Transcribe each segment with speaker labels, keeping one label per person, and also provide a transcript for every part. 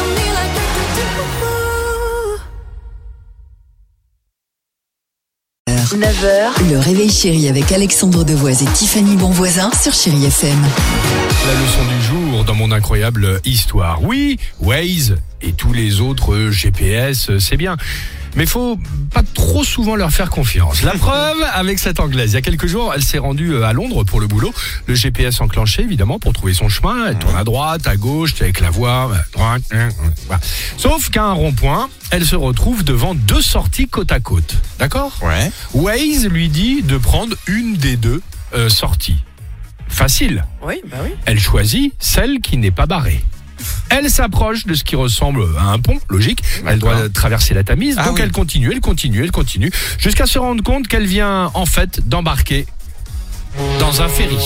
Speaker 1: on me like do, do, do.
Speaker 2: 9h, le réveil chéri avec Alexandre Devoise et Tiffany Bonvoisin sur Chérie FM.
Speaker 3: La leçon du jour dans mon incroyable histoire. Oui, Waze et tous les autres euh, GPS, euh, c'est bien. Mais faut pas trop souvent leur faire confiance. La preuve avec cette anglaise. Il y a quelques jours, elle s'est rendue euh, à Londres pour le boulot. Le GPS enclenché, évidemment, pour trouver son chemin. Elle tourne à droite, à gauche, avec la voie. euh, droite, euh, euh, voilà. Sauf qu'à un rond-point, elle se retrouve devant deux sorties côte à côte. D'accord
Speaker 4: Ouais.
Speaker 3: Waze lui dit de prendre une des deux euh, sorties. Facile.
Speaker 5: Oui, bah oui.
Speaker 3: Elle choisit celle qui n'est pas barrée. Elle s'approche de ce qui ressemble à un pont, logique. Elle doit traverser la Tamise,
Speaker 4: Ah
Speaker 3: donc
Speaker 4: oui.
Speaker 3: elle continue, elle continue, elle continue, jusqu'à se rendre compte qu'elle vient en fait d'embarquer dans un ferry.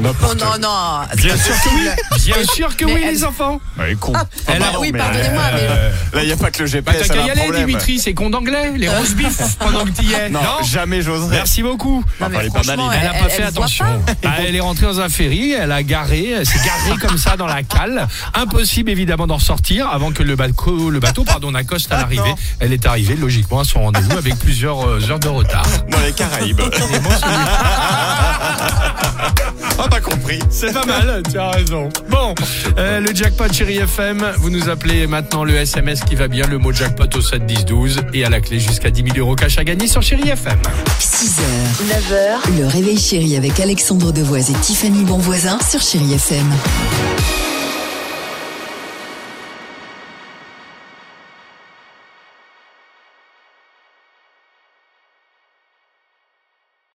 Speaker 4: Bah,
Speaker 5: Oh non, non.
Speaker 3: Bien sûr que oui, bien sûr que
Speaker 5: Mais
Speaker 3: oui,
Speaker 5: elle-
Speaker 3: les enfants. Euh,
Speaker 4: Elle est con.
Speaker 3: Elle a-
Speaker 5: Ah bah oui, pardonnez-moi, mais. euh,
Speaker 4: Là, il n'y a pas que le
Speaker 3: Bah,
Speaker 4: GPS.
Speaker 3: t'as
Speaker 4: elle a
Speaker 3: qu'à
Speaker 4: un
Speaker 3: y aller,
Speaker 4: Eh, problème.
Speaker 3: Dimitri, c'est con d'anglais, les roast beef pendant que t'y es.
Speaker 4: Non,
Speaker 3: Non
Speaker 4: jamais j'oserais.
Speaker 3: Merci beaucoup.
Speaker 5: Non, mais
Speaker 4: Ah, Elle est pas
Speaker 5: franchement,
Speaker 4: mal,
Speaker 3: Elle n'a pas fait
Speaker 5: elle voit
Speaker 3: attention.
Speaker 5: pas.
Speaker 3: Ah, elle est rentrée dans un ferry, elle a garé, elle s'est garée comme ça dans la cale. Impossible évidemment d'en sortir avant que le bateau, le bateau pardon, accoste à l'arrivée. Elle est arrivée logiquement à son rendez-vous avec plusieurs euh, heures de retard.
Speaker 4: Dans les Caraïbes. Ah, t'as compris.
Speaker 3: C'est pas mal, tu as raison. Bon, euh, le jackpot chéri FM, vous nous appelez maintenant le SMS qui va bien, le mot jackpot au 7 10 12 et à la clé jusqu'à 10 000 euros cash à gagner sur chéri FM.
Speaker 2: 6h, 9h, le réveil chéri avec Alexandre Devoise et Tiffany Bonvoisin sur Chérie FM.